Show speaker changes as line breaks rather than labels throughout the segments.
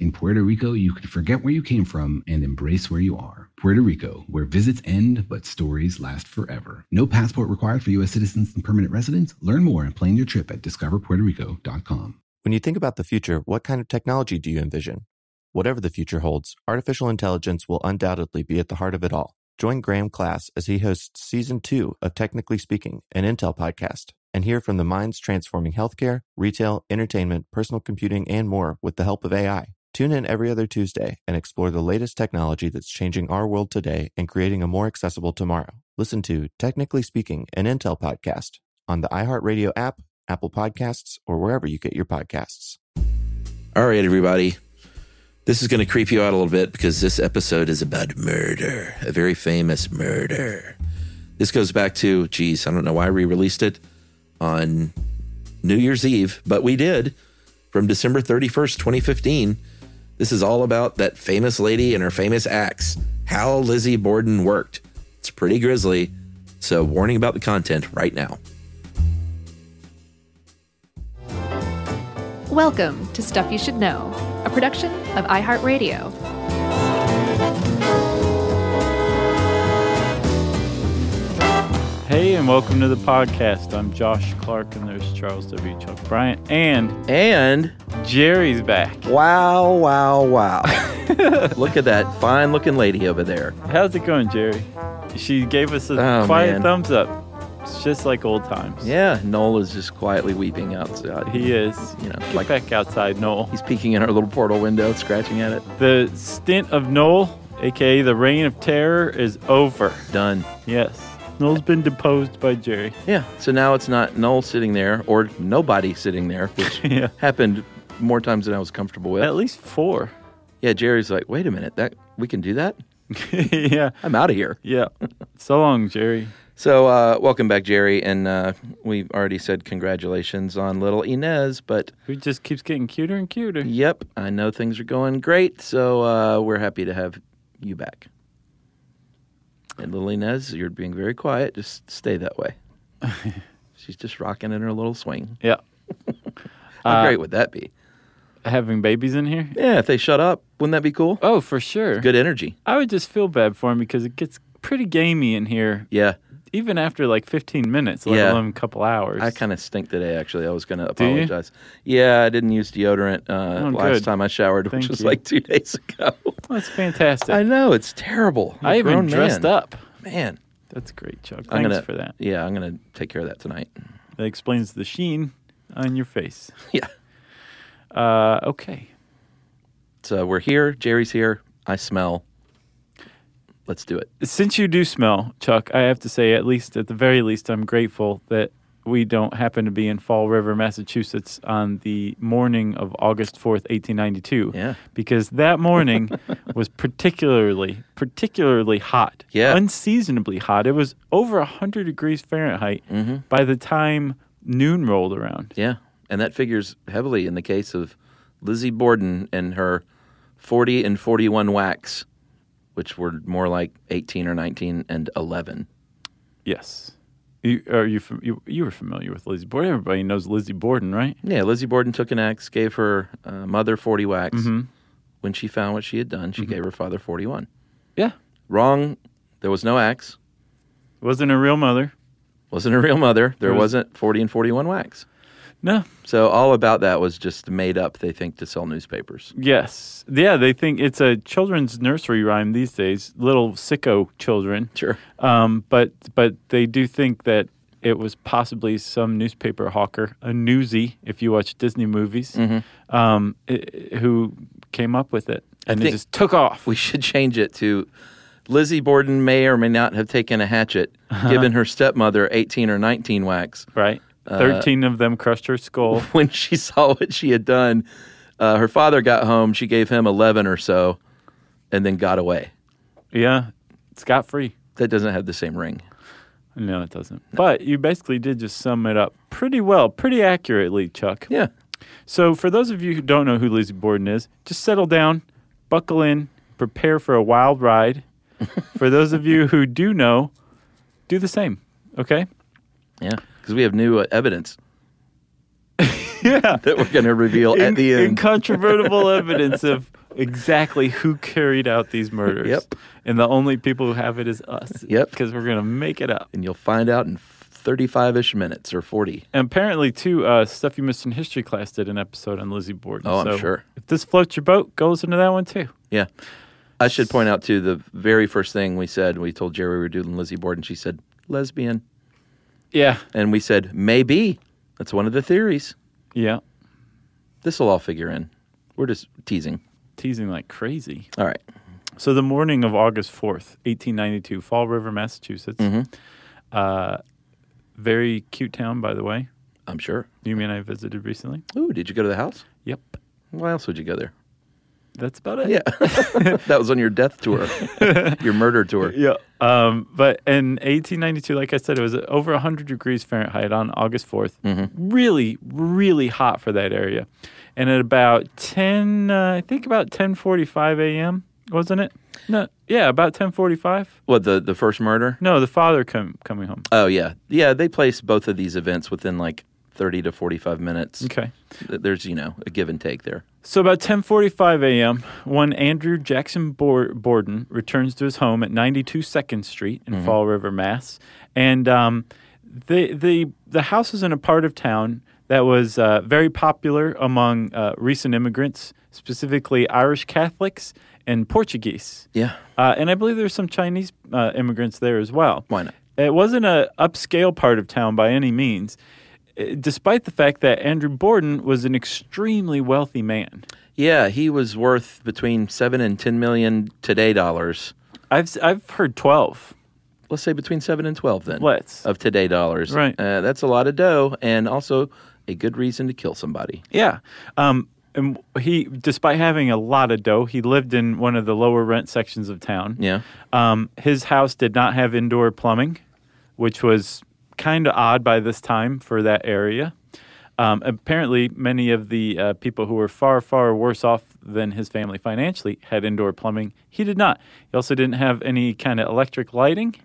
In Puerto Rico, you can forget where you came from and embrace where you are. Puerto Rico, where visits end but stories last forever. No passport required for U.S. citizens and permanent residents. Learn more and plan your trip at discoverpuertorico.com.
When you think about the future, what kind of technology do you envision? Whatever the future holds, artificial intelligence will undoubtedly be at the heart of it all. Join Graham Class as he hosts season two of Technically Speaking, an Intel podcast, and hear from the minds transforming healthcare, retail, entertainment, personal computing, and more with the help of AI. Tune in every other Tuesday and explore the latest technology that's changing our world today and creating a more accessible tomorrow. Listen to Technically Speaking, an Intel podcast on the iHeartRadio app, Apple Podcasts, or wherever you get your podcasts.
All right, everybody. This is going to creep you out a little bit because this episode is about murder, a very famous murder. This goes back to, geez, I don't know why we released it on New Year's Eve, but we did from December 31st, 2015. This is all about that famous lady and her famous axe, how Lizzie Borden worked. It's pretty grisly. So, warning about the content right now.
Welcome to Stuff You Should Know, a production of iHeartRadio.
Hey, and welcome to the podcast. I'm Josh Clark, and there's Charles W. Chuck Bryant, and
And
Jerry's back.
wow, wow, wow. Look at that fine looking lady over there.
How's it going, Jerry? She gave us a
Oh,
quiet
man.
thumbs up. It's just like old times.
Yeah, Noel is just quietly weeping outside.
He is.
you know,
Get
like
back outside, Noel.
he's peeking in our little portal window, scratching at it.
The stint of Noel, aka the reign of terror, is over.
Done.
Yes. Noel's been deposed by Jerry.
Yeah. So now it's not Noel sitting there or nobody sitting there, which
Yeah.
happened more times than I was comfortable with.
At least four.
Yeah, Jerry's like, wait a minute, that we can do that?
yeah.
I'm out of here.
Yeah. So long, Jerry.
So uh, welcome back, Jerry, and uh, we already said congratulations on little Inez, but
Who just keeps getting cuter and cuter.
yep, I know things are going great, so uh, we're happy to have you back. And little Inez, you're being very quiet. Just stay that way. She's just rocking in her little swing.
Yeah.
How
Uh,
great would that be?
Having babies in here?
Yeah, if they shut up, wouldn't that be cool?
Oh, for sure.
Good energy.
I would just feel bad for him because it gets pretty gamey in here,
Yeah,
even after like 15 minutes, let
Yeah.
alone a couple hours.
I kind of stink today. Actually, I was going to
Do you?
apologize. Yeah, I didn't use deodorant uh,
Oh,
last
good.
time I showered, which
Thank
was
you.
like two days ago.
That's fantastic.
I
I,
know it's terrible. I'm a
even
grown
dressed
man.
up.
Man,
That's great, Chuck.
I'm
Thanks
gonna
for that.
Yeah, I'm gonna take care of that tonight.
That explains the sheen on your face.
Yeah.
Uh, okay.
So uh, we're here. Jerry's here. I smell. Let's do it.
Since you do smell, Chuck, I have to say, at least at the very least, I'm grateful that we don't happen to be in Fall River, Massachusetts on the morning of August 4th, 1892.
Yeah.
Because that morning was particularly, particularly hot.
Yeah.
Unseasonably hot. It was over 100 degrees Fahrenheit
Mm-hmm.
by the time noon rolled around.
Yeah, and that figures heavily in the case of Lizzie Borden and her 40 and 41 whacks, which were more like 18 or 19 and 11.
Yes. You, are you, fam- you, you were familiar with Lizzie Borden. Everybody knows Lizzie Borden, right?
Yeah, Lizzie Borden took an axe, gave her uh, mother 40 whacks. When she found what she had done, she gave her father 41.
Yeah.
Wrong. There was no axe.
Wasn't a real mother.
Wasn't a real mother. There
It was-
wasn't 40 and 41 whacks.
No.
So all about that was just made up, they think, to sell newspapers.
Yes. Yeah, they think it's a children's nursery rhyme these days, little sicko children.
Sure.
Um, but but they do think that it was possibly some newspaper hawker, a newsie, if you watch Disney movies, um, i- i- who came up with it. And it
Mm-hmm. think-
just took off.
We should change it to Lizzie Borden may or may not have taken a hatchet, given her stepmother 18 or 19 whacks.
right?
Uh,
13 of them crushed her skull.
When she saw what she had done, uh, her father got home. She gave him 11 or so and then got away.
yeah. scot free.
That doesn't have the same ring.
No, it doesn't. But you basically did just sum it up pretty well, pretty accurately, Chuck.
Yeah.
So, for those of you who don't know who Lizzie Borden is, just settle down, buckle in, prepare for a wild ride. for those of you who do know, do the same. Okay?
Yeah. Because we have new uh, evidence. yeah. That we're going to reveal at the
In-
end.
Incontrovertible evidence of exactly who carried out these murders.
Yep.
And the only people who have it is us.
Yep.
Because we're going to make it up.
and you'll find out in 35 ish minutes or 40.
And apparently, too, uh, Stuff You Missed in History class did an episode on Lizzie Borden.
Oh, I'm
so
sure.
If this floats your boat, go listen to that one, too.
Yeah. I should point out, too, the very first thing we said, we told Jerry we were doing Lizzie Borden. She said, lesbian.
Yeah.
And we said, maybe. That's one of the theories.
Yeah.
This will all figure in. We're just teasing.
Teasing like crazy.
All right.
So the morning of August 4th, 1892, Fall River, Massachusetts. Uh, very cute town, by the way.
I'm sure.
You and I visited recently.
Ooh, did you go to the house?
Yep.
Why else would you go there?
That's about it.
Yeah. that was on your death tour, your murder tour.
Yeah. Um, but in 1892, like I said, it was over 100 degrees Fahrenheit on August 4th. Really, really hot for that area. And at about 10, uh, I think about 10:45 a.m. wasn't it? No, yeah, about 10:45.
What, the, the first murder?
No, the father com- coming home.
Oh, yeah. Yeah, they place both of these events within like 30 to 45 minutes.
Okay.
Th- There's, you know, a give and take there.
So about 10:45 a.m., one Andrew Jackson Bor- Borden returns to his home at 92 Second Street in Fall River, Mass. And um, the the the house is in a part of town that was uh, very popular among uh, recent immigrants, specifically Irish Catholics and Portuguese.
Yeah.
Uh, and I believe there's some Chinese uh, immigrants there as well.
Why not?
It wasn't a upscale part of town by any means, eh, despite the fact that Andrew Borden was an extremely wealthy man.
Yeah, he was worth between seven and ten million today dollars.
I've s- I've heard twelve.
Let's say between seven and twelve then.
Let's.
of today dollars.
Right.
Uh, that's a lot of dough, and also a good reason to kill somebody.
Yeah. Um, and he, despite having a lot of dough, he lived in one of the lower rent sections of town.
Yeah.
Um, his house did not have indoor plumbing, which was kind of odd by this time for that area. Um, apparently, many of the uh, people who were far, far worse off than his family financially had indoor plumbing. He did not. He also didn't have any kind of electric lighting.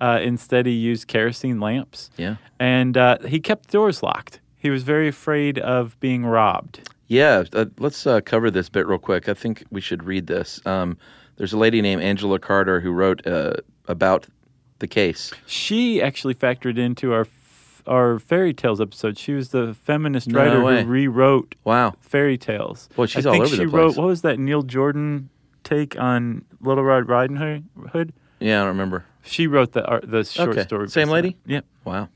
Uh, instead, he used kerosene lamps.
Yeah.
And uh, he kept the doors locked. He was very afraid of being robbed.
Yeah. Uh, let's uh, cover this bit real quick. I think we should read this. Um, there's a lady named Angela Carter who wrote uh, about the case.
She actually factored into our f- our fairy tales episode. She was the feminist writer
way.
who rewrote
Wow.
fairy tales.
Boy, she's
I
all
think
over the
she
place.
wrote what was that Neil Jordan take on Little Red Riding Ho- Hood?
Yeah, I don't remember.
She wrote the art, the short
Okay.
story.
Same
based on
lady?
it. Yep.
Wow.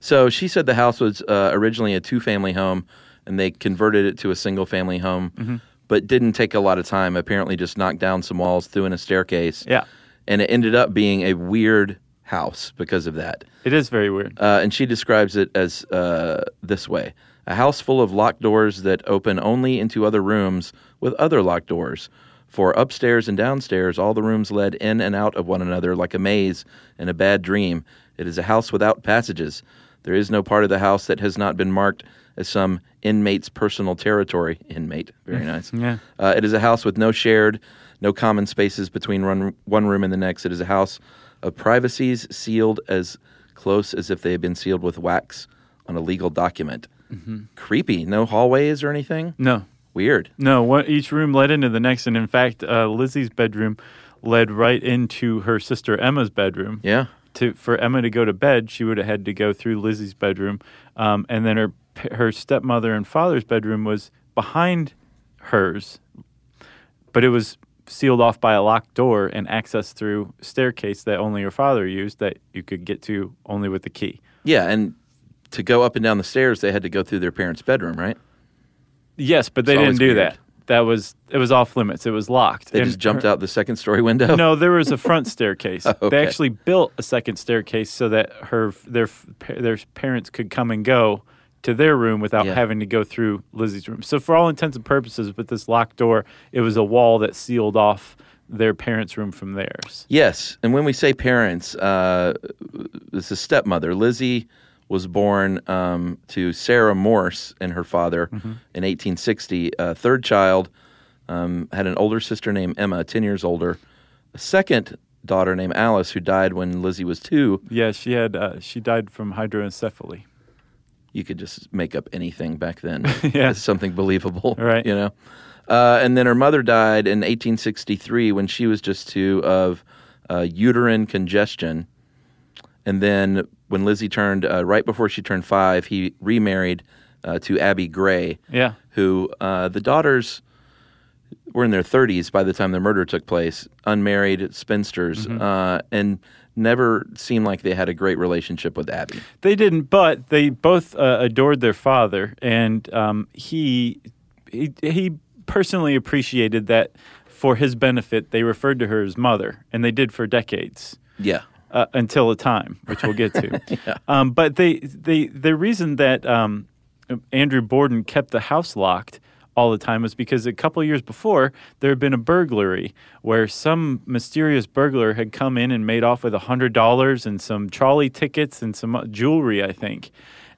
So she said the house was uh, originally a two family home and they converted it to a single family home, but didn't take a lot of time. Apparently, just knocked down some walls, threw in a staircase.
Yeah.
And it ended up being a weird house because of that.
It is very weird.
Uh, and she describes it as uh, this way a house full of locked doors that open only into other rooms with other locked doors. For upstairs and downstairs, all the rooms led in and out of one another like a maze in a bad dream. It is a house without passages. There is no part of the house that has not been marked as some inmate's personal territory. Inmate, very nice.
Yeah.
Uh, it is a house with no shared, no common spaces between one, one room and the next. It is a house of privacies sealed as close as if they had been sealed with wax on a legal document.
Mm-hmm.
Creepy. No hallways or anything.
No,
Weird.
no. One, each room led into the next, and in fact, uh, Lizzie's bedroom led right into her sister Emma's bedroom.
Yeah.
to for Emma to go to bed, she would have had to go through Lizzie's bedroom, um, and then her p- her stepmother and father's bedroom was behind hers, but it was sealed off by a locked door and accessed through staircase that only her father used that you could get to only with the key.
Yeah. And to go up and down the stairs, they had to go through their parents' bedroom, right?
Yes, but they
It's
didn't
always
do
weird.
that. That was it was off limits. It was locked.
They
And
just jumped
her-
out the second story window.
No, there was a front staircase.
okay.
They actually built a second staircase so that her their their parents could come and go to their room without
Yeah.
having to go through Lizzie's room. So for all intents and purposes, with this locked door, it was a wall that sealed off their parents' room from theirs.
Yes, and when we say parents, uh, this is stepmother. Lizzie was born um, to Sarah Morse and her father in 1860. Uh, third child um, had an older sister named Emma, 10 years older. A second daughter named Alice, who died when Lizzie was two.
Yeah, she had uh, she died from hydroencephaly.
You could just make up anything back then.
Yeah.
It's something believable,
Right.
You know. Uh, and then her mother died in 1863 when she was just two of uh, uterine congestion. And then when Lizzie turned, uh, right before she turned five, he remarried uh, to Abby Gray,
Yeah,
who uh, the daughters were in their 30s by the time the murder took place, unmarried spinsters,
Mm-hmm.
uh, and never seemed like they had a great relationship with Abby.
They didn't, but they both uh, adored their father, and um, he, he he personally appreciated that for his benefit. They referred to her as mother, and they did for decades
Yeah.
uh, until a time, which we'll get to. um, but they, they, the reason that um, Andrew Borden kept the house locked all the time was because a couple years before there had been a burglary where some mysterious burglar had come in and made off with $100 and some trolley tickets and some uh, jewelry, I think.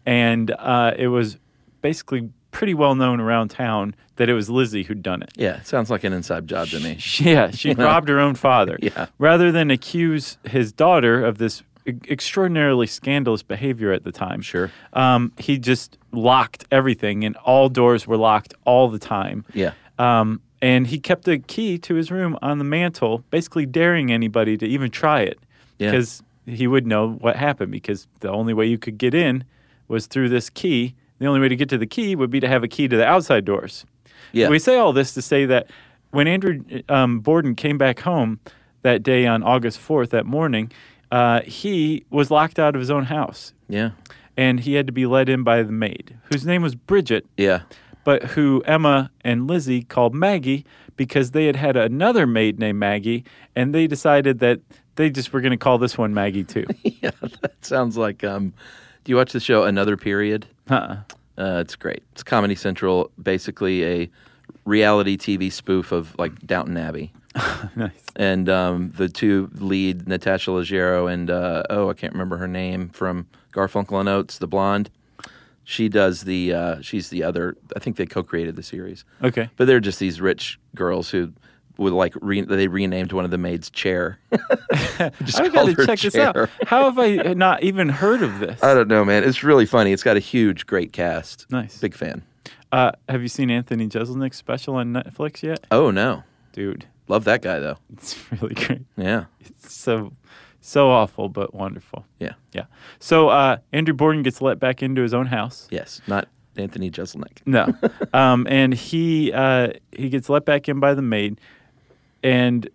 And uh, it was basically pretty well known around town that it was Lizzie who'd done it.
Yeah. It sounds like an inside job to me.
She- Yeah, she robbed her own father.
Yeah.
Rather than accuse his daughter of this e- extraordinarily scandalous behavior at the time.
Sure.
Um, he just locked everything, and all doors were locked all the time.
Yeah.
Um, and he kept a key to his room on the mantle, basically daring anybody to even try it.
Yeah.
Because he would know what happened, because the only way you could get in was through this key. The only way to get to the key would be to have a key to the outside doors.
Yeah.
We say all this to say that when Andrew um, Borden came back home that day on August 4th, that morning, uh, he was locked out of his own house
Yeah.
and he had to be let in by the maid, whose name was Bridget,
Yeah.
but who Emma and Lizzie called Maggie because they had had another maid named Maggie and they decided that they just were going to call this one Maggie too.
Yeah. That sounds like, um, do you watch the show Another Period?
uh-uh.
Uh, it's great. It's Comedy Central, basically a reality TV spoof of like Downton Abbey.
Nice.
And um, the two lead, Natasha Leggero and uh, oh, I can't remember her name from Garfunkel and Oates, the blonde. She does the. Uh, she's the other. I think they co-created the series.
Okay.
But they're just these rich girls who would like re- they renamed one of the maids chair. just
I've got
called
to
her Uh,
check this out.
Chair.
How have I not even heard of this?
I don't know, man. It's really funny. It's got a huge, great cast.
Nice.
Big fan.
Uh, have you seen Anthony Jeselnik's special on Netflix yet?
Oh no,
Dude,
love that guy though.
it's really great.
Yeah,
It's so, so awful, but wonderful.
yeah,
Yeah. So uh, Andrew Borden gets let back into his own house.
yes. Not Anthony Jeselnik.
No, um, and he uh, he gets let back in by the maid, and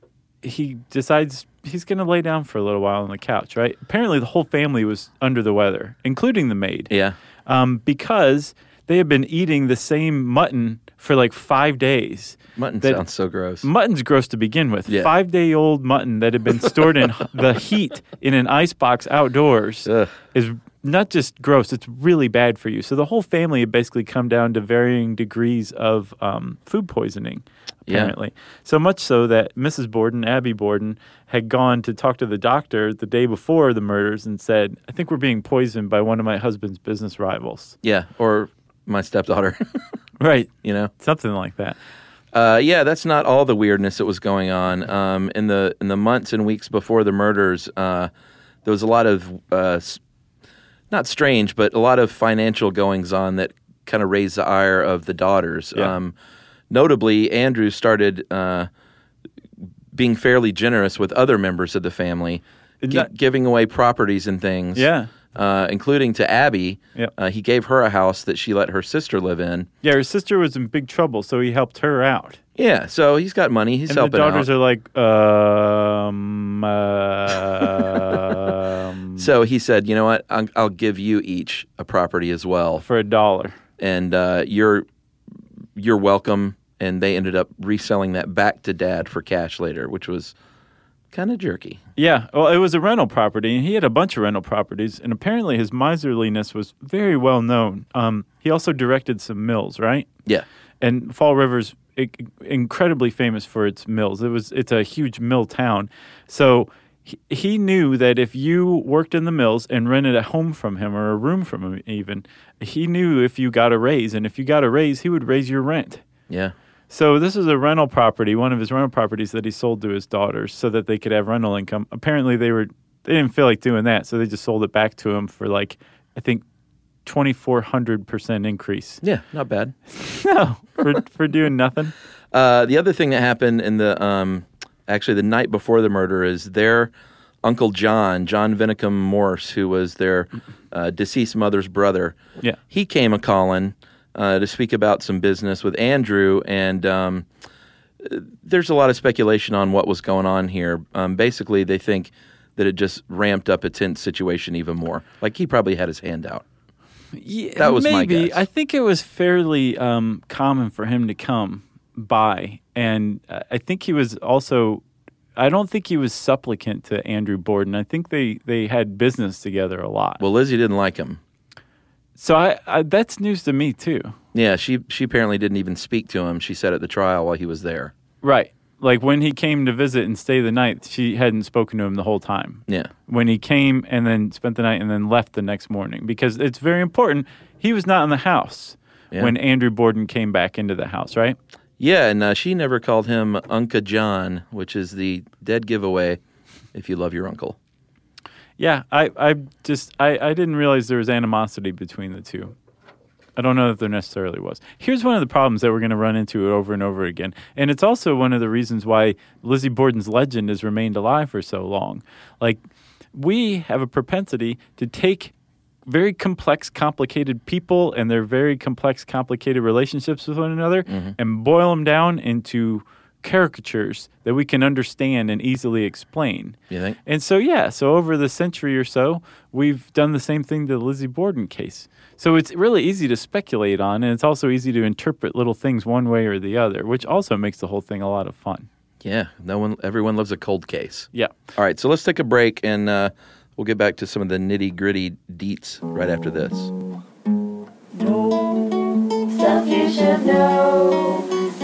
he decides he's going to lay down for a little while on the couch. Right? Apparently, the whole family was under the weather, including the maid.
Yeah,
um, because they had been eating the same mutton for like five days.
mutton
That-
sounds so gross.
Mutton's gross to begin with.
Yeah.
Five day old mutton that had been stored in h- the heat in an icebox outdoors
Ugh.
is not just gross, it's really bad for you. So the whole family had basically come down to varying degrees of um, food poisoning,
Yeah.
apparently. So much so that Mrs. Borden, Abby Borden, had gone to talk to the doctor the day before the murders and said, I think we're being poisoned by one of my husband's business rivals.
yeah, or my stepdaughter.
Right.
you know.
Something like that.
Uh, yeah, that's not all the weirdness that was going on. Um, in the in the months and weeks before the murders, uh, there was a lot of uh, s- not strange, but a lot of financial goings on that kind of raised the ire of the daughters.
Yeah.
Um, notably, Andrew started uh, being fairly generous with other members of the family, gi-
Not-
giving away properties and things.
Yeah.
Uh, including to Abby,
Yep.
uh, he gave her a house that she let her sister live in.
Yeah, her sister was in big trouble, so he helped her out.
Yeah, so he's got money. He's
and the
helping out.
daughters are like, um, um,
So he said, "You know what? I'll, I'll give you each a property as well,
for a dollar.
and uh, you're you're welcome." And they ended up reselling that back to Dad for cash later, which was kind of jerky.
Yeah, well, it was a rental property, and he had a bunch of rental properties, and apparently his miserliness was very well known. Um, he also directed some mills, right?
Yeah,
And Fall River's i- incredibly famous for its mills. It was it's a huge mill town. So he, he knew that if you worked in the mills and rented a home from him or a room from him even, he knew if you got a raise and if you got a raise, he would raise your rent.
Yeah.
So this is a rental property, one of his rental properties that he sold to his daughters so that they could have rental income. Apparently they were they didn't feel like doing that, so they just sold it back to him for like I think 2400% increase
Yeah. Not bad.
no for, for doing nothing
Uh, the other thing that happened in the um, actually the night before the murder is their uncle John, John Vinicum Morse, who was their uh, deceased mother's brother.
Yeah.
he came a calling uh, to speak about some business with Andrew, and um, uh, there's a lot of speculation on what was going on here. Um, basically, they think that it just ramped up a tense situation even more. Like he probably had his hand out.
Yeah,
That was my
maybe.
guess.
I think it was fairly um, common for him to come by, and uh, I think he was also. I don't think he was supplicant to Andrew Borden. I think they they had business together a lot.
Well, Lizzie didn't like him.
so I, I that's news to me too.
Yeah, she she apparently didn't even speak to him. She said at the trial while he was there.
Right. Like when he came to visit and stay the night, she hadn't spoken to him the whole time.
Yeah.
When he came and then spent the night and then left the next morning, because it's very important. He was not in the house
Yeah.
when Andrew Borden came back into the house, right?
Yeah, and uh, she never called him Unca John, which is the dead giveaway if you love your uncle.
Yeah, I, I just I, I didn't realize there was animosity between the two. I don't know that there necessarily was. Here's one of the problems that we're going to run into over and over again. And it's also one of the reasons why Lizzie Borden's legend has remained alive for so long. Like, we have a propensity to take very complex, complicated people and their very complex, complicated relationships with one another and boil them down into caricatures that we can understand and easily explain.
You think?
And so, yeah, so over the century or so, we've done the same thing to the Lizzie Borden case. So it's really easy to speculate on, and it's also easy to interpret little things one way or the other, which also makes the whole thing a lot of fun.
Yeah, no one, everyone loves a cold case.
Yeah.
All right, so let's take a break and uh, we'll get back to some of the nitty gritty deets right after this.
Stuff you should know.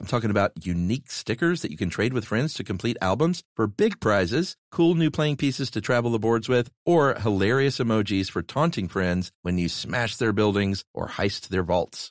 I'm talking about unique stickers that you can trade with friends to complete albums for big prizes, cool new playing pieces to travel the boards with, or hilarious emojis for taunting friends when you smash their buildings or heist their vaults.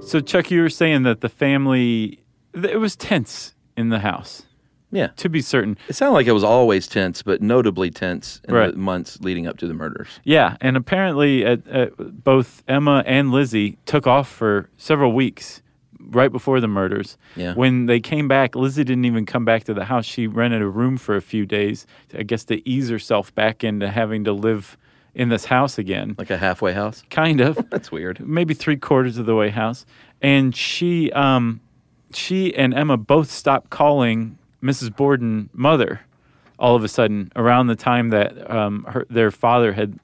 So, Chuck, you were saying that the family, th- it was tense in the house.
Yeah.
To be certain.
It sounded like it was always tense, but notably tense in
Right.
the months leading up to the murders.
Yeah. And apparently, uh uh both Emma and Lizzie took off for several weeks right before the murders.
Yeah.
When they came back, Lizzie didn't even come back to the house. She rented a room for a few days, I guess, to ease herself back into having to live in this house again.
Like a halfway house?
Kind of.
That's weird.
maybe three quarters of the way house, and she, um, she and Emma both stopped calling Mrs. Borden mother. All of a sudden, around the time that um, her, their father had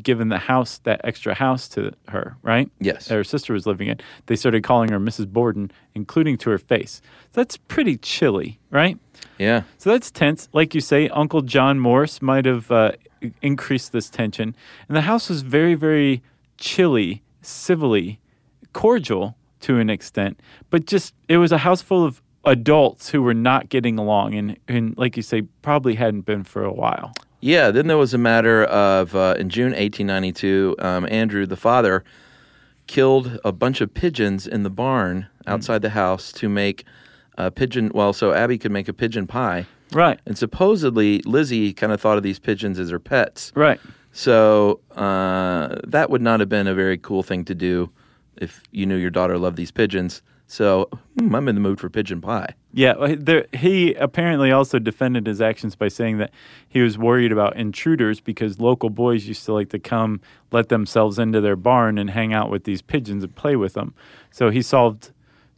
given the house that extra house to her, right?
Yes.
that her sister was living in. They started calling her Mrs. Borden, including to her face. That's pretty chilly, right?
Yeah.
So that's tense. Like you say, Uncle John Morse might have uh, increased this tension. And the house was very, very chilly, civilly, cordial to an extent, but just it was a house full of adults who were not getting along and, and like you say, probably hadn't been for a while.
Yeah, then there was a matter of uh, in June 1892, um, Andrew, the father, killed a bunch of pigeons in the barn
Mm.
outside the house to make a pigeon. Well, so Abby could make a pigeon pie.
Right.
And supposedly, Lizzie kind of thought of these pigeons as her pets.
Right.
So uh, that would not have been a very cool thing to do if you knew your daughter loved these pigeons. So hmm, I'm in the mood for pigeon pie.
Yeah, well, there, he apparently also defended his actions by saying that he was worried about intruders because local boys used to like to come, let themselves into their barn and hang out with these pigeons and play with them. So he solved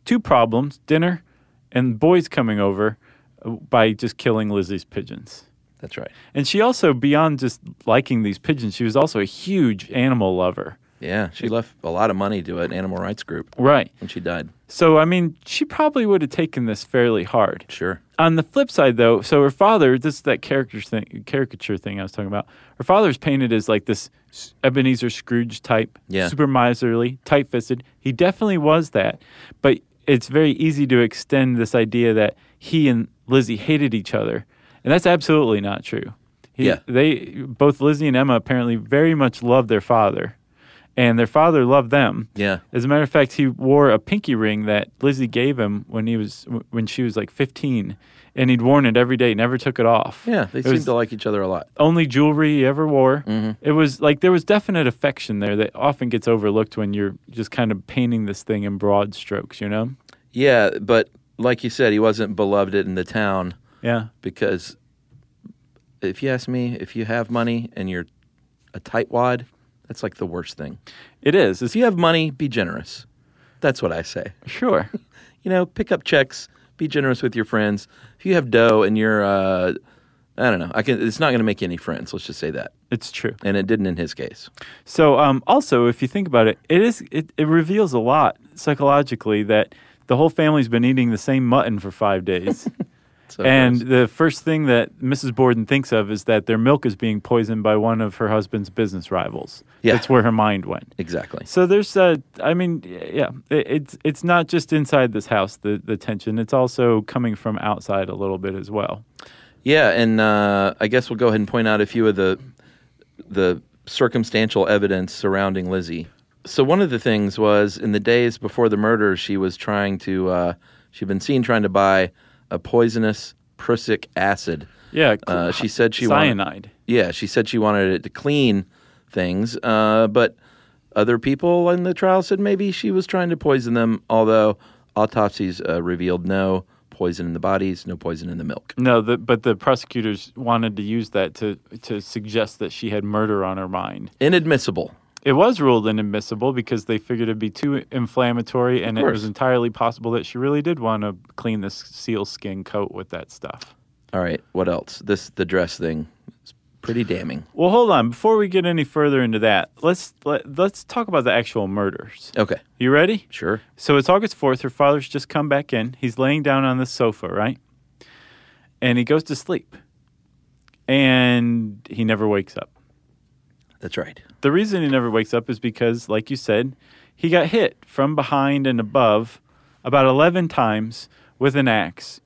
two problems dinner and boys coming over uh, by just killing Lizzie's pigeons.
That's right.
And she also, beyond just liking these pigeons, she was also a huge animal lover.
Yeah, she left a lot of money to an animal rights group
Right.
when she died.
So, I mean, she probably would have taken this fairly hard.
Sure.
on the flip side though so her father this is that character thing caricature thing i was talking about her father's painted as like this s- ebenezer scrooge type
Yeah.
super miserly tight-fisted he definitely was that but it's very easy to extend this idea that he and lizzie hated each other and that's absolutely not true he,
Yeah.
they both lizzie and emma apparently very much loved their father and their father loved them
Yeah.
as a matter of fact, he wore a pinky ring that Lizzie gave him when he was when she was like 15, and he'd worn it every day, never took it off.
Yeah, they
it
seem
was
to like each other a Mm-hmm. lot.
only jewelry he ever wore. It was like there was definite affection there that often gets overlooked when you're just kind of painting this thing in broad strokes, you know?
Yeah, but like you said, he wasn't beloved in the town
Yeah,
because if you ask me, if you have money and you're a tightwad, that's like the worst thing.
it is. It's
If you have money, be generous. That's what I say.
sure.
You know, pick up checks, be generous with your friends. If you have dough and you're, uh, I don't know, I can. It's not going to make you any friends. Let's just say that,
It's true.
and it didn't in his case.
So, um, also, if you think about it, it is it, it reveals a lot psychologically that the whole family's been eating the same mutton for five days.
So
And the first thing that Mrs. Borden thinks of is that their milk is being poisoned by one of her husband's business rivals.
Yeah.
That's where her mind went.
exactly.
So there's, uh, I mean, yeah, it, it's it's not just inside this house the the tension. It's also coming from outside a little bit as well.
Yeah, and uh, I guess we'll go ahead and point out a few of the the circumstantial evidence surrounding Lizzie. So one of the things was in the days before the murder, she was trying to uh, she'd been seen trying to buy a poisonous prussic acid.
Yeah,
Uh, she said she wanted-
cyanide.
Yeah, she said she wanted it to clean things, uh, but other people in the trial said maybe she was trying to poison them. Although autopsies uh, revealed no poison in the bodies, no poison in the milk.
No, the, but the prosecutors wanted to use that to to suggest that she had murder on her mind.
Inadmissible.
it was ruled inadmissible because they figured it'd be too inflammatory, and it
course.
was entirely possible that she really did want to clean this seal skin coat with that stuff.
All right, what else? This the dress thing is Pretty damning.
Well, hold on. Before we get any further into that, let's let, let's talk about the actual murders.
Okay.
You ready?
Sure.
So it's August 4th. Her father's just come back in. He's laying down on the sofa, right? And he goes to sleep. And he never wakes up.
That's right.
The reason he never wakes up is because, like you said, he got hit from behind and above about 11 times with an axe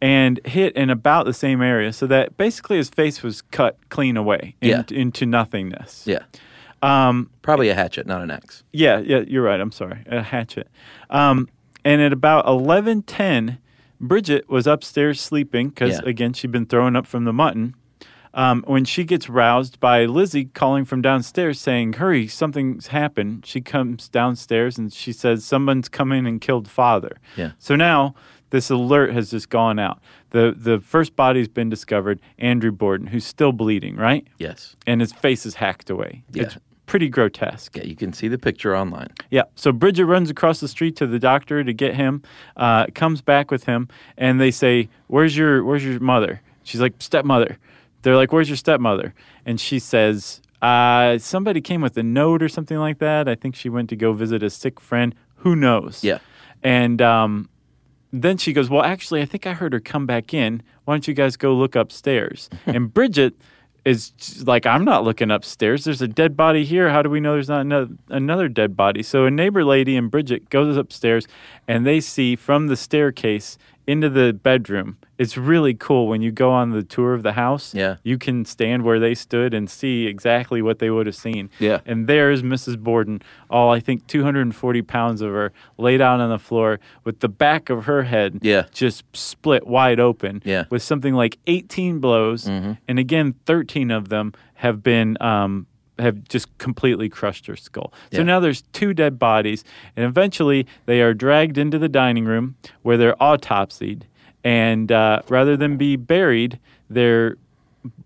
and hit in about the same area so that basically his face was cut clean away in-
Yeah.
into nothingness.
Yeah.
Um,
Probably a hatchet, not an axe.
yeah, yeah, you're right. I'm sorry. A hatchet. Um, and at about 11:10, Bridget was upstairs sleeping because
Yeah.
again she'd been throwing up from the mutton. Um, when she gets roused by Lizzie calling from downstairs saying, "Hurry, something's happened." She comes downstairs and she says, "Someone's come in and killed father."
Yeah.
So now this alert has just gone out. The the first body's been discovered, Andrew Borden, who's still bleeding, right?
Yes.
And his face is hacked away.
Yeah.
It's pretty grotesque.
Yeah, you can see the picture online.
Yeah. So Bridget runs across the street to the doctor to get him. Uh, comes back with him, and they say, "Where's your Where's your mother?" She's like, "Stepmother." They're like, "Where's your stepmother?" And she says, uh, "Somebody came with a note or something like that. I think she went to go visit a sick friend. Who knows?"
Yeah.
And um, then she goes, Well, actually, I think I heard her come back in. Why don't you guys go look upstairs? and Bridget is just like, I'm not looking upstairs. There's a dead body here. How do we know there's not another, another dead body? So a neighbor lady and Bridget goes upstairs and they see from the staircase into the bedroom. It's really cool when you go on the tour of the house.
Yeah.
You can stand where they stood and see exactly what they would have seen.
Yeah.
And there is Mrs. Borden, all I think 240 pounds of her, laid out on the floor with the back of her head
Yeah.
just split wide open
Yeah. Mm-hmm.
with something like 18 blows. And again, 13 of them have been. Um, have just completely crushed her skull. So
Yeah.
now there's two dead bodies, and eventually they are dragged into the dining room where they're autopsied. And uh, rather than be buried, they're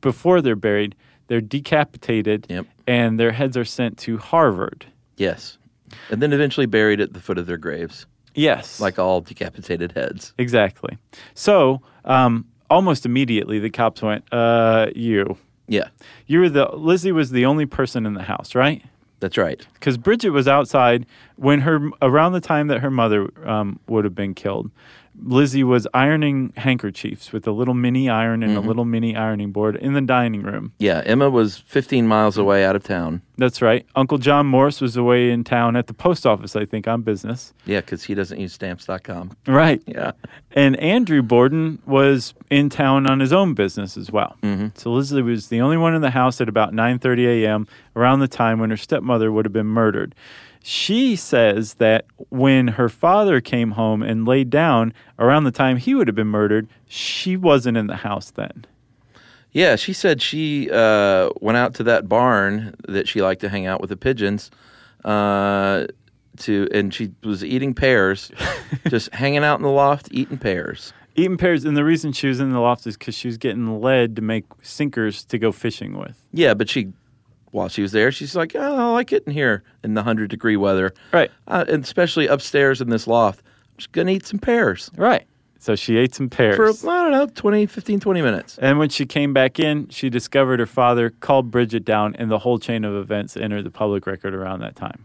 before they're buried, they're decapitated
Yep.
and their heads are sent to Harvard.
Yes. And then eventually buried at the foot of their graves,
Yes.
like all decapitated heads.
exactly. So, um, almost immediately the cops went, uh, you.
Yeah,
You were the Lizzie was the only person in the house, right?
that's right.
because Bridget was outside when her around the time that her mother um, would have been killed. Lizzie was ironing handkerchiefs with a little mini iron and a little mini ironing board in the dining room.
Yeah, Emma was 15
Hmm.
miles away out of town.
That's right. Uncle John Morris was away in town at the post office, I think, on business.
Yeah, because he doesn't use stamps.com.
Right.
Yeah.
And Andrew Borden was in town on his own business as well.
Mm-hmm.
So Lizzie was the only one in the house at about 9:30 a.m. around the time when her stepmother would have been murdered. She says that when her father came home and laid down around the time he would have been murdered, she wasn't in the house then.
Yeah, she said she uh, went out to that barn that she liked to hang out with the pigeons, uh, to and she was eating pears, just hanging out in the loft eating pears.
Eating pears, and the reason she was in the loft is because she was getting lead to make sinkers to go fishing with.
Yeah, but she, while she was there, she's like, oh, I like it in here in the hundred degree weather,
Right.
Uh, and especially upstairs in this loft. I'm just gonna eat some pears
Right. So she ate some pears.
for I don't know 20, 15, 20 minutes.
And when she came back in, she discovered her father called Bridget down, and the whole chain of events entered the public record around that time.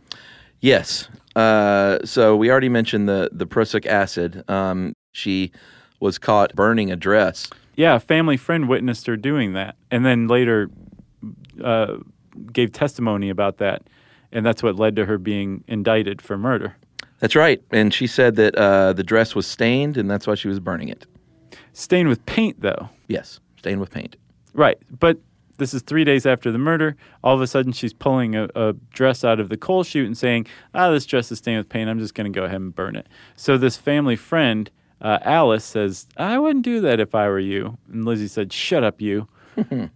Yes. Uh, so we already mentioned the the prussic acid. Um, she was caught burning a dress.
Yeah, a family friend witnessed her doing that, and then later uh, gave testimony about that, and that's what led to her being indicted for murder.
That's right. And she said that uh, the dress was stained, and that's why she was burning it.
Stained with paint, though.
Yes, stained with paint.
Right, but this is three days after the murder. All of a sudden, she's pulling a, a dress out of the coal chute and saying, "Ah, this dress is stained with paint. I'm just going to go ahead and burn it." So this family friend, uh, Alice, says, "I wouldn't do that if I were you." And Lizzie said, "Shut up, you."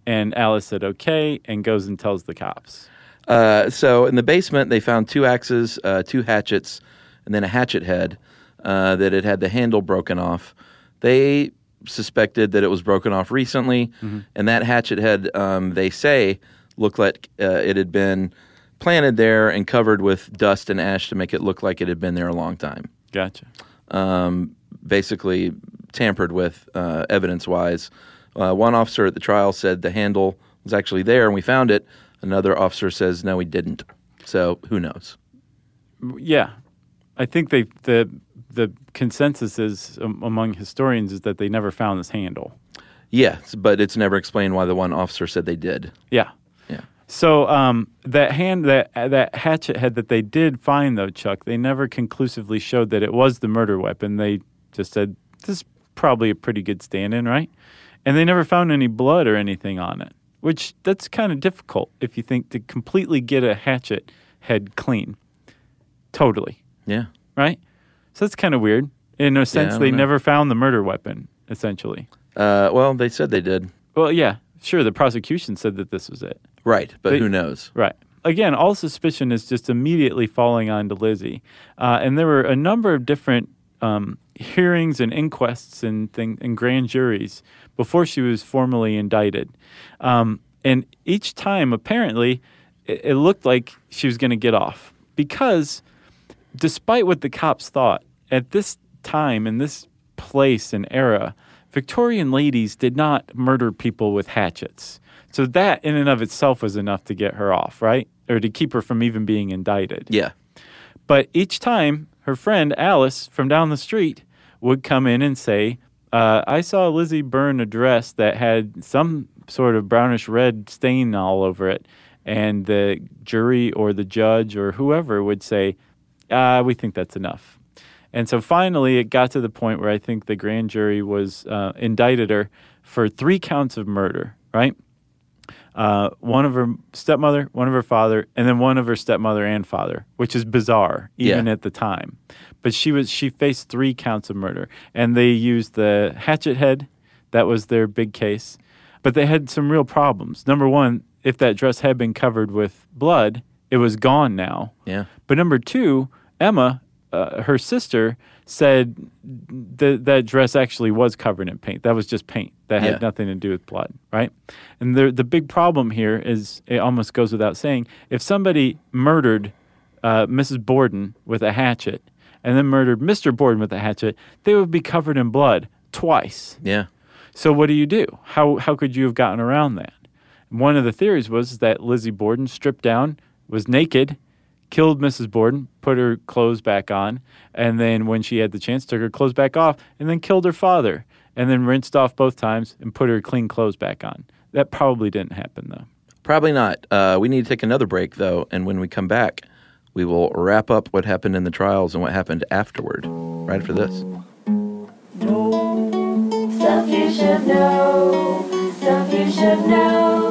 and Alice said, "Okay," and goes and tells the cops.
Uh, so in the basement, they found two axes, uh, two hatchets, and then a hatchet head uh, that had had the handle broken off. They suspected that it was broken off recently, and that hatchet head, um, they say, looked like uh, it had been planted there and covered with dust and ash to make it look like it had been there a long time.
Gotcha.
um, basically tampered with uh, evidence wise. Uh, one officer at the trial said the handle was actually there and we found it. Another officer says, no, he didn't. So who knows?
Yeah, I think they the the consensus is um, among historians is that they never found this handle.
Yes, but it's never explained why the one officer said they did.
Yeah.
Yeah.
So um, that hand that that hatchet head that they did find though, Chuck, they never conclusively showed that it was the murder weapon. They just said this is probably a pretty good stand-in, right? And they never found any blood or anything on it, which that's kind of difficult if you think to completely get a hatchet head clean, totally,
Yeah.
right? So that's kind of weird. In a sense,
I
they
don't know.
never found the murder weapon, essentially.
Uh, well, they said they did.
Well, yeah, sure. The prosecution said that this was it.
Right, but
They-
who knows?
Right. Again, all suspicion is just immediately falling onto Lizzie. Uh, and there were a number of different um, hearings and inquests and, thing, and grand juries before she was formally indicted. Um, and each time, apparently, it, it looked like she was going to get off because despite what the cops thought, at this time, in this place and era, Victorian ladies did not murder people with hatchets. So that in and of itself was enough to get her off, right? Or to keep her from even being indicted.
Yeah.
But each time, her friend Alice from down the street would come in and say, uh, I saw Lizzie burn a dress that had some sort of brownish red stain all over it. And the jury or the judge or whoever would say, uh, We think that's enough. And so finally, it got to the point where I think the grand jury was uh, indicted her for three counts of murder, right? uh, one of her stepmother, one of her father, and then one of her stepmother and father, which is bizarre even
Yeah.
at the time. But she was she faced three counts of murder, and they used the hatchet head. That was their big case, but they had some real problems. Number one, if that dress had been covered with blood, it was gone now.
Yeah.
But number two, Emma, uh, her sister, said that that dress actually was covered in paint. That was just paint. That
Yeah.
had nothing to do with blood, right? And the the big problem here is it almost goes without saying. If somebody murdered uh, Mrs. Borden with a hatchet and then murdered Mr. Borden with a hatchet, they would be covered in blood twice.
Yeah.
So what do you do? How how could you have gotten around that? One of the theories was that Lizzie Borden stripped down, was naked, killed Mrs. Borden, put her clothes back on, and then when she had the chance, took her clothes back off, and then killed her father, and then rinsed off both times and put her clean clothes back on. That probably didn't happen though.
Probably not. Uh, we need to take another break, though, and when we come back, we will wrap up what happened in the trials and what happened afterward. Right after this.
Stuff you should know. Stuff you should know.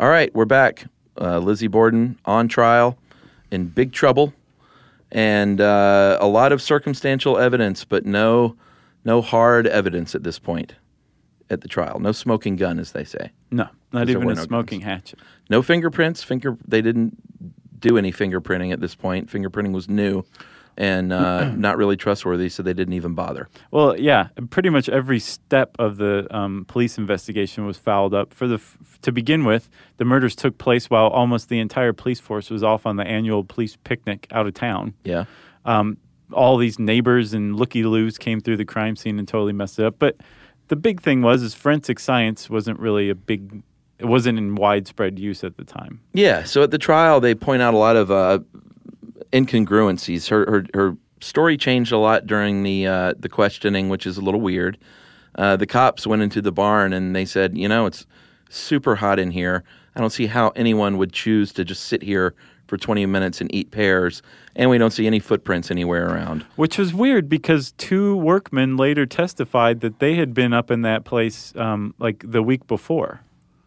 All right, we're back. Uh, Lizzie Borden on trial in big trouble, and uh, a lot of circumstantial evidence, but no, no hard evidence at this point at the trial. No smoking gun, as they say.
No,
Because
not
there
even
were
a
no guns.
smoking hatchet.
No fingerprints. Finger. They didn't do any fingerprinting at this point. Fingerprinting was new and uh, not really trustworthy, so they didn't even bother.
Well, yeah, pretty much every step of the um, police investigation was fouled up. For the f- to begin with, the murders took place while almost the entire police force was off on the annual police picnic out of town.
Yeah.
Um, all these neighbors and looky-loos came through the crime scene and totally messed it up. But the big thing was is forensic science wasn't really a big it wasn't in widespread use at the time.
Yeah. So at the trial, they point out a lot of uh, incongruencies. Her, her her story changed a lot during the uh, the questioning, which is a little weird. Uh, the cops went into the barn and they said, you know, it's super hot in here. I don't see how anyone would choose to just sit here for 20 minutes and eat pears, and we don't see any footprints anywhere around.
Which was weird because two workmen later testified that they had been up in that place um, like the week before.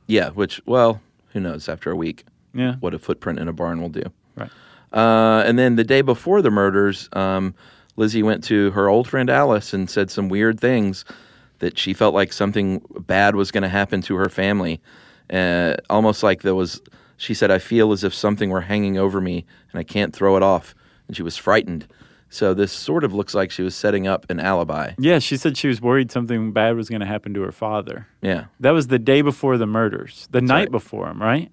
Yeah, which well, who knows after a week?
Yeah.
what a footprint in a barn will do.
Right.
Uh, and then the day before the murders, um, Lizzie went to her old friend Alice and said some weird things that she felt like something bad was going to happen to her family. Uh, almost like there was, she said, I feel as if something were hanging over me and I can't throw it off. And she was frightened. So this sort of looks like she was setting up an alibi.
Yeah, she said she was worried something bad was going to happen to her father.
Yeah.
That was the day before the murders, the night before 'em, before them, right?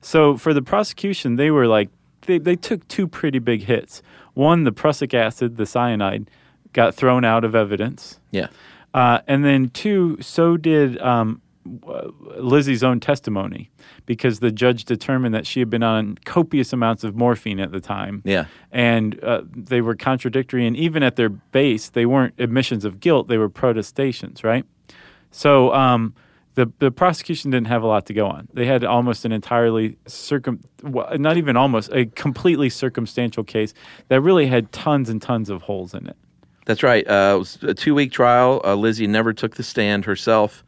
So for the prosecution, they were like, they, they took two pretty big hits. One, the prussic acid, the cyanide, got thrown out of evidence.
Yeah.
Uh, and then two, so did um, w- Lizzie's own testimony because the judge determined that she had been on copious amounts of morphine at the time.
Yeah.
And uh, they were contradictory. And even at their base, they weren't admissions of guilt, they were protestations, right? So um, the, the prosecution didn't have a lot to go on. They had almost an entirely circum, well, not even almost, a completely circumstantial case that really had tons and tons of holes in it.
That's right. Uh, it was a two week trial. Uh, Lizzie never took the stand herself,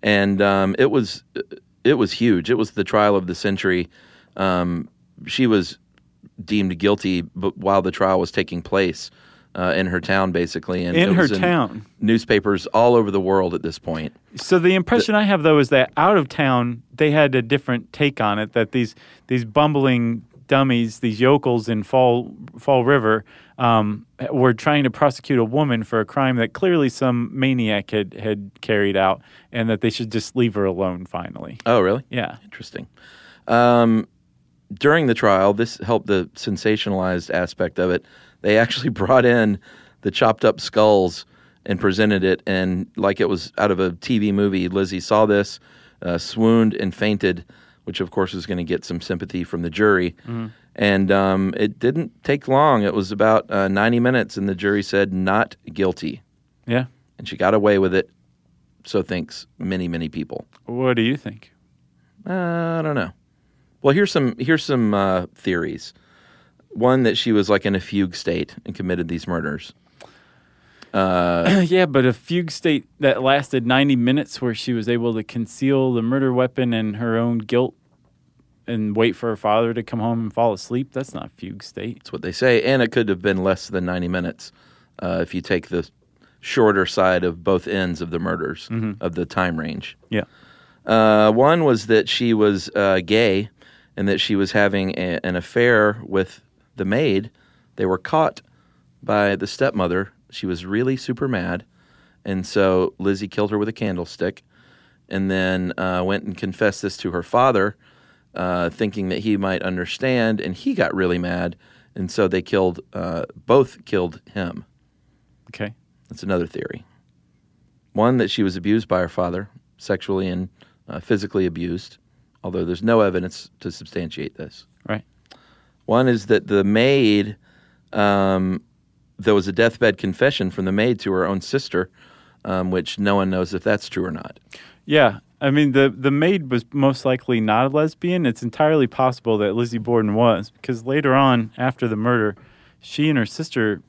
and um, it was it was huge. It was the trial of the century. Um, she was deemed guilty, but while the trial was taking place uh, in her town, basically, and
In
it was
her town.
newspapers all over the world at this point.
So the impression I have though is that out of town they had a different take on it. That these these bumbling dummies, these yokels in Fall Fall River, um, were trying to prosecute a woman for a crime that clearly some maniac had had carried out, and that they should just leave her alone. Finally,
Oh, really?
yeah,
Interesting. Um, during the trial, this helped the sensationalized aspect of it. They actually brought in the chopped up skulls and presented it, and like it was out of a TV movie, Lizzie saw this, uh, swooned, and fainted, which of course was going to get some sympathy from the jury. And um, it didn't take long. It was about uh, 90 minutes, and the jury said not guilty.
yeah.
And she got away with it. So thinks many, many people.
What do you think?
Uh, I don't know. Well, here's some here's some uh, theories. One that she was like in a fugue state and committed these murders.
yeah, but a fugue state that lasted 90 minutes, where she was able to conceal the murder weapon and her own guilt, and wait for her father to come home and fall asleep. That's not fugue state.
That's what they say, and it could have been less than ninety minutes uh, if you take the shorter side of both ends of the murders of the time range.
Yeah.
Uh, one was that she was uh, gay and that she was having a, an affair with the maid. They were caught by the stepmother. She was really super mad And so Lizzie killed her with a candlestick and then uh, went and confessed this to her father, uh, thinking that he might understand. And he got really mad. And so they killed, uh, both killed him.
Okay.
That's another theory. One, that she was abused by her father, sexually and uh, physically abused, although there's no evidence to substantiate this.
Right.
One is that the maid, um, there was a deathbed confession from the maid to her own sister, um, which no one knows if that's true or not.
Yeah. I mean, the, the maid was most likely not a lesbian. It's entirely possible that Lizzie Borden was, because later on, after the murder, she and her sister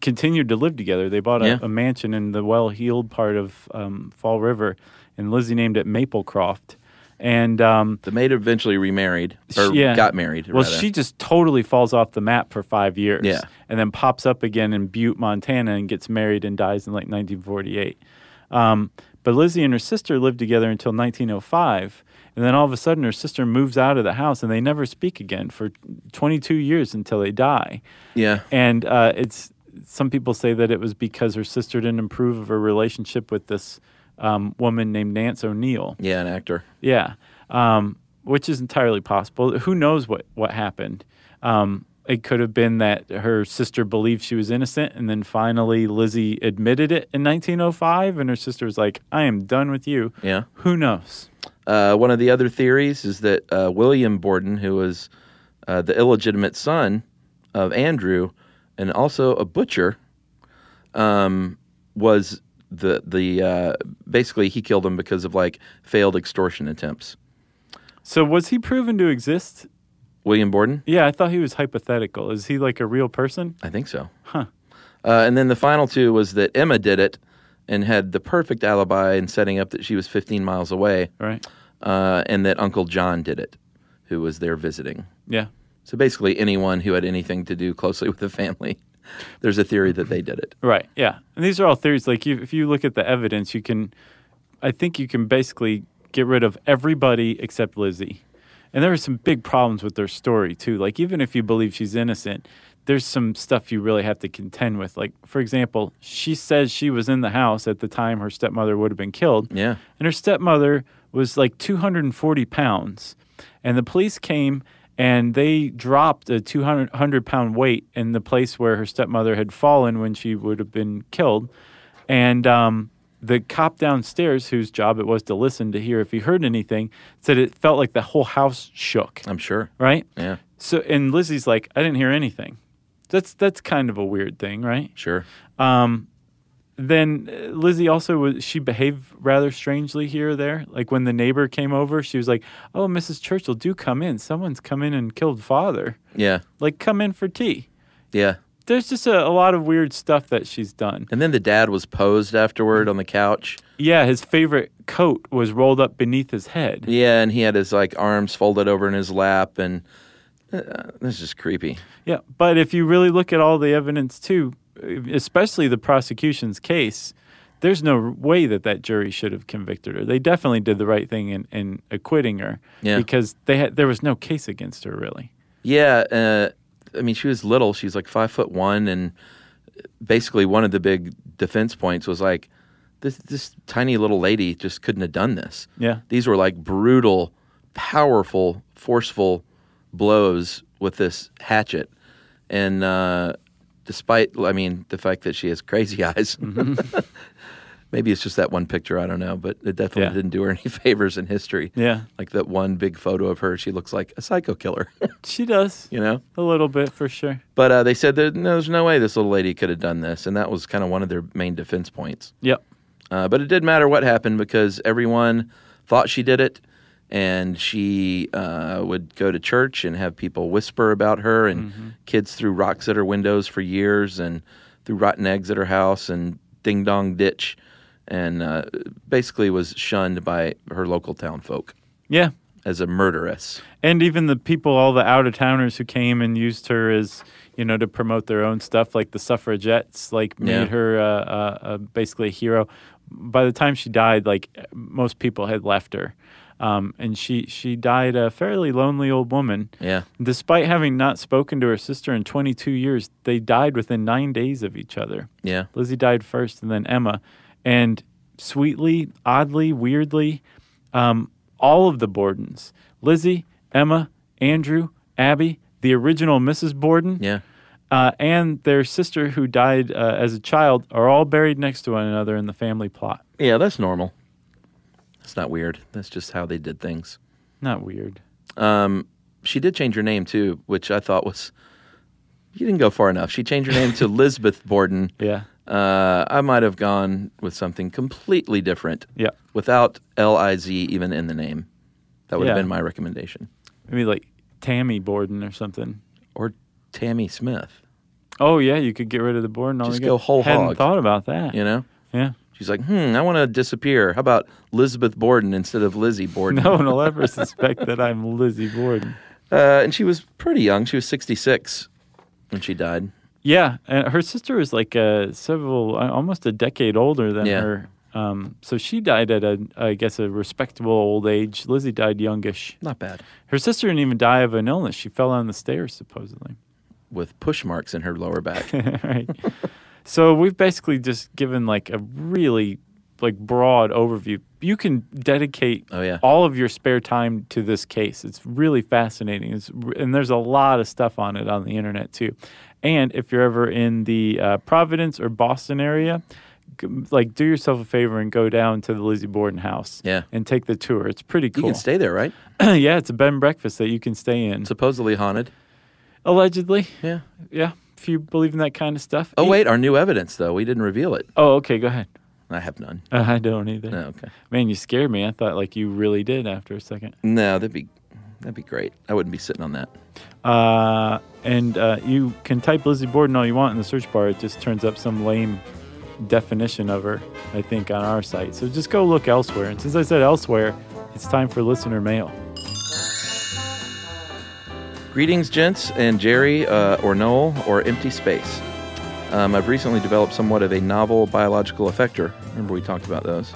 continued to live together. They bought a,
Yeah.
a mansion in the well heeled part of um, Fall River, and Lizzie named it Maplecroft. And um,
The maid eventually remarried or
She- yeah.
got married.
Well,
rather.
she just totally falls off the map for five years.
Yeah.
And then pops up again in Butte, Montana, and gets married and dies in like 1948. Um, but Lizzie and her sister lived together until 1905. And then all of a sudden, her sister moves out of the house and they never speak again for 22 years until they die.
yeah.
And uh, it's some people say that it was because her sister didn't improve of her relationship with this um, woman named Nance O'Neill.
Yeah, an actor.
Yeah, um, which is entirely possible. Who knows what what happened? Um, it could have been that her sister believed she was innocent, and then finally Lizzie admitted it in 1905, and her sister was like, "I am done with you."
Yeah.
Who knows?
Uh, one of the other theories is that uh, William Borden, who was uh, the illegitimate son of Andrew and also a butcher, um, was the the uh, basically he killed him because of like failed extortion attempts.
So was he proven to exist?
William Borden,
Yeah, I thought he was hypothetical. Is he like a real person?
I think so.
Huh.
Uh, and then the final two was that Emma did it and had the perfect alibi in setting up that she was 15 miles away,
Right.
uh, and that Uncle John did it, who was there visiting.
Yeah.
So basically, anyone who had anything to do closely with the family, there's a theory that they did it.
Right. Yeah. And these are all theories. Like, you, if you look at the evidence, you can, I think you can basically get rid of everybody except Lizzie. And there are some big problems with their story, too. Like, even if you believe she's innocent, there's some stuff you really have to contend with. Like, for example, she says she was in the house at the time her stepmother would have been killed.
Yeah.
And her stepmother was like 240 pounds. And the police came and they dropped a 200 pound weight in the place where her stepmother had fallen when she would have been killed. And um, the cop downstairs, whose job it was to listen to hear if he heard anything, said it felt like the whole house shook,
I'm sure.
right?
Yeah,
So, and Lizzie's like, I didn't hear anything. That's, that's kind of a weird thing, right?
sure.
then uh, Lizzie also was she behaved rather strangely here or there. Like when the neighbor came over, she was like, "Oh, Mrs. Churchill, do come in. Someone's come in and killed father.
Yeah,
Like come in for tea."
yeah.
There's just a, a lot of weird stuff that she's done.
And then the dad was posed afterward on the couch.
Yeah, his favorite coat was rolled up beneath his head.
Yeah, and he had his like arms folded over in his lap, and uh, this is creepy.
Yeah, but if you really look at all the evidence too, especially the prosecution's case, there's no way that that jury should have convicted her. They definitely did the right thing in, in acquitting her
Yeah.
because they had there was no case against her really.
Yeah, uh, I mean, she was little. She's like five foot one, and basically, one of the big defense points was like, this this tiny little lady just couldn't have done this.
Yeah.
these were like brutal, powerful, forceful blows with this hatchet, and uh, despite, I mean, the fact that she has crazy eyes.
Mm-hmm.
Maybe it's just that one picture. I don't know, but it definitely
Yeah.
didn't do her any favors in history.
Yeah.
like that one big photo of her, she looks like a psycho killer.
She does
you know,
a little bit for sure.
but uh, they said that no, there's no way this little lady could have done this, and that was kind of one of their main defense points.
Yep.
Uh, but it did matter what happened because everyone thought she did it, and she uh, would go to church and have people whisper about her, and kids threw rocks at her windows for years, and threw rotten eggs at her house, and ding dong ditch, and uh, basically was shunned by her local town folk
Yeah.
as a murderess.
And even the people, all the out of towners who came and used her as, you know, to promote their own stuff, like the suffragettes, like made
Yeah.
her uh, uh, uh, basically a hero. By the time she died, like most people had left her, um, and she she died a fairly lonely old woman.
Yeah.
Despite having not spoken to her sister in 22 years, they died within nine days of each other.
Yeah.
Lizzie died first, and then Emma. And sweetly, oddly, weirdly, um, all of the Bordens Lizzie, Emma, Andrew, Abby, the original Mrs. Borden,
Yeah.
uh, and their sister who died uh, as a child are all buried next to one another in the family plot.
Yeah, that's normal. That's not weird. That's just how they did things.
Not weird.
Um, she did change her name too, which I thought was you didn't go far enough. She changed her name to Lisbeth Borden.
Yeah.
Uh, I might have gone with something completely different.
Yeah.
Without L I Z even in the name. That would have
Yeah.
been my recommendation.
Maybe like Tammy Borden or something.
Or Tammy Smith.
Oh, yeah, you could get rid of the Borden.
Just go whole
Hadn't
hog.
thought about that.
You know?
Yeah.
She's like, hmm, I want to disappear. How about Lisbeth Borden instead of Lizzie Borden?
No one will ever suspect that I'm Lizzie Borden.
Uh, and she was pretty young. She was 66 when she died.
Yeah, and her sister was like uh, several, uh, almost a decade older than
Yeah.
her. Um, so she died at a, I guess, a respectable old age. Lizzie died youngish.
Not bad.
Her sister didn't even die of an illness. She fell down the stairs, supposedly.
With push marks in her lower back.
right. so we've basically just given like a really like broad overview. You can dedicate
Oh, yeah.
all of your spare time to this case. It's really fascinating. It's, r- and there's a lot of stuff on it on the internet too. And if you're ever in the uh, Providence or Boston area, g- like do yourself a favor and go down to the Lizzie Borden house
Yeah.
and take the tour. It's pretty
You
cool.
can stay there, right?
yeah, it's a bed and breakfast that you can stay in.
Supposedly haunted.
Allegedly.
Yeah.
Yeah. If you believe in that kind of stuff.
Oh,
Eat-
wait, our new evidence, though. We didn't reveal it.
Oh, okay. Go ahead.
I have none.
Uh, I don't either.
No, okay.
Man, you scared me. I thought like you really did after a second.
No, that'd be, that'd be great. I wouldn't be sitting on that.
Uh, and uh, you can type Lizzie Borden all you want in the search bar. It just turns up some lame definition of her, I think, on our site. So just go look elsewhere. And since I said elsewhere, it's time for listener mail.
Greetings, gents, and Jerry, uh, or Noel, or Empty Space. Um, I've recently developed somewhat of a novel biological effector. Remember, we talked about those.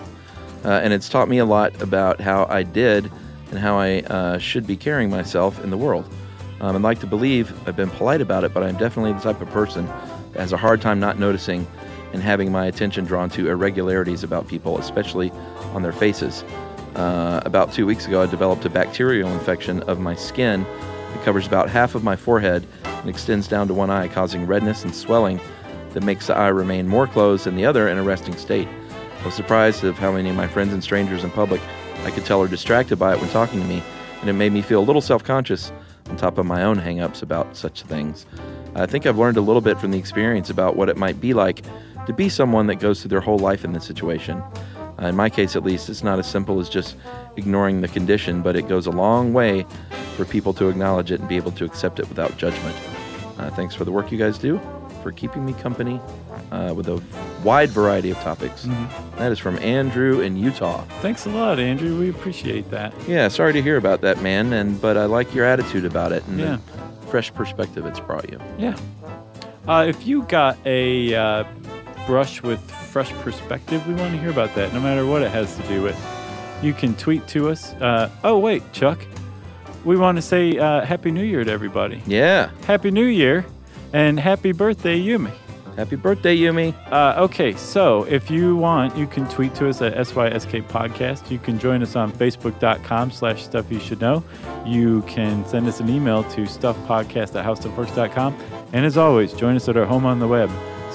Uh, and it's taught me a lot about how I did and how I uh, should be carrying myself in the world. Um, I'd like to believe I've been polite about it, but I'm definitely the type of person that has a hard time not noticing and having my attention drawn to irregularities about people, especially on their faces. Uh, about two weeks ago, I developed a bacterial infection of my skin that covers about half of my forehead and extends down to one eye, causing redness and swelling that makes the eye remain more closed than the other in a resting state. I was surprised of how many of my friends and strangers in public I could tell are distracted by it when talking to me, and it made me feel a little self conscious on top of my own hang ups about such things. I think I've learned a little bit from the experience about what it might be like to be someone that goes through their whole life in this situation. Uh, in my case, at least, it's not as simple as just ignoring the condition, but it goes a long way for people to acknowledge it and be able to accept it without judgment. Uh, thanks for the work you guys do, for keeping me company uh, with a wide variety of topics. That is from Andrew in Utah.
Thanks a lot, Andrew. We appreciate that.
Yeah, sorry to hear about that, man. And but I like your attitude about it and
Yeah.
the fresh perspective it's brought you.
Yeah. Uh, if you got a uh, brush with fresh perspective, we want to hear about that, no matter what it has to do with. You can tweet to us. Uh, oh, wait, Chuck. We want to say uh, Happy New Year to everybody.
Yeah,
Happy New Year and happy birthday, Yumi.
happy birthday, Yumi.
Uh, okay, so if you want, you can tweet to us at SYSK Podcast. You can join us on Facebook.com slash Stuff You Should Know. You can send us an email to StuffPodcast at HowStuffWorks.com. And as always, join us at our home on the web,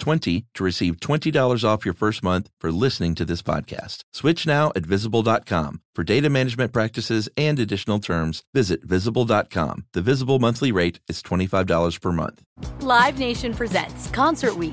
20 to receive $20 off your first month for listening to this podcast. Switch now at visible.com. For data management practices and additional terms, visit visible.com. The visible monthly rate is $25 per month.
Live Nation presents Concert Week.